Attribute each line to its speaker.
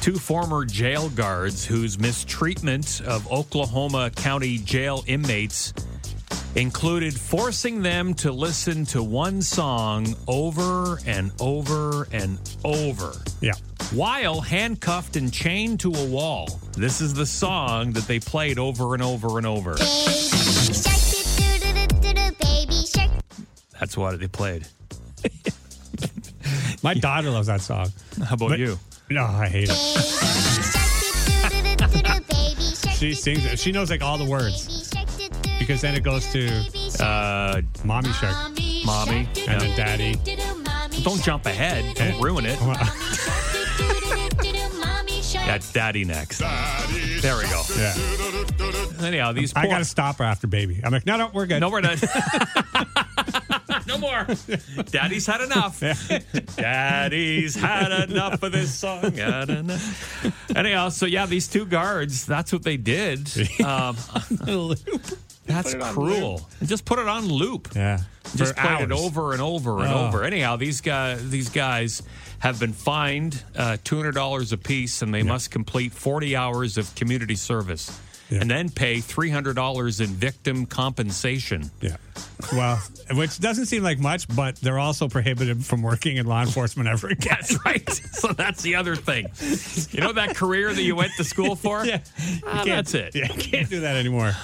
Speaker 1: Two former jail guards whose mistreatment of Oklahoma County jail inmates included forcing them to listen to one song over and over and over
Speaker 2: Yeah.
Speaker 1: while handcuffed and chained to a wall. This is the song that they played over and over and over. That's why they played.
Speaker 2: My daughter loves that song.
Speaker 1: How about
Speaker 2: But-
Speaker 1: you?
Speaker 2: No, I hate it. She sings it. She knows like all the words. Because then it goes to
Speaker 1: Uh,
Speaker 2: Mommy Shark.
Speaker 1: Mommy.
Speaker 2: And then Daddy.
Speaker 1: don't jump ahead. Don't ruin it. That's Daddy next. There we go.
Speaker 2: Yeah.
Speaker 1: Anyhow, these poor.
Speaker 2: I got to stop her after baby. I'm like, no, no, we're good.
Speaker 1: no, we're not. no more. Daddy's had enough. Daddy's had enough of this song. Had enough. Anyhow, so yeah, these two guards, that's what they did. Um, that's cruel. Just put it on loop.
Speaker 2: Yeah.
Speaker 1: just
Speaker 2: For
Speaker 1: played it
Speaker 2: hours.
Speaker 1: over and over and
Speaker 2: Oh.
Speaker 1: over. Anyhow, these guys these guys have been fined uh, two hundred dollars apiece, and they must complete forty hours of community service,
Speaker 2: Yeah.
Speaker 1: and then pay three hundred dollars in victim compensation.
Speaker 2: Yeah. Well, which doesn't seem like much, but they're also prohibited from working in law enforcement ever again.
Speaker 1: That's right. so that's the other thing. You know that career that you went to school for?
Speaker 2: Yeah. You
Speaker 1: Ah,
Speaker 2: can't-
Speaker 1: that's it.
Speaker 2: Yeah, you can't do that anymore.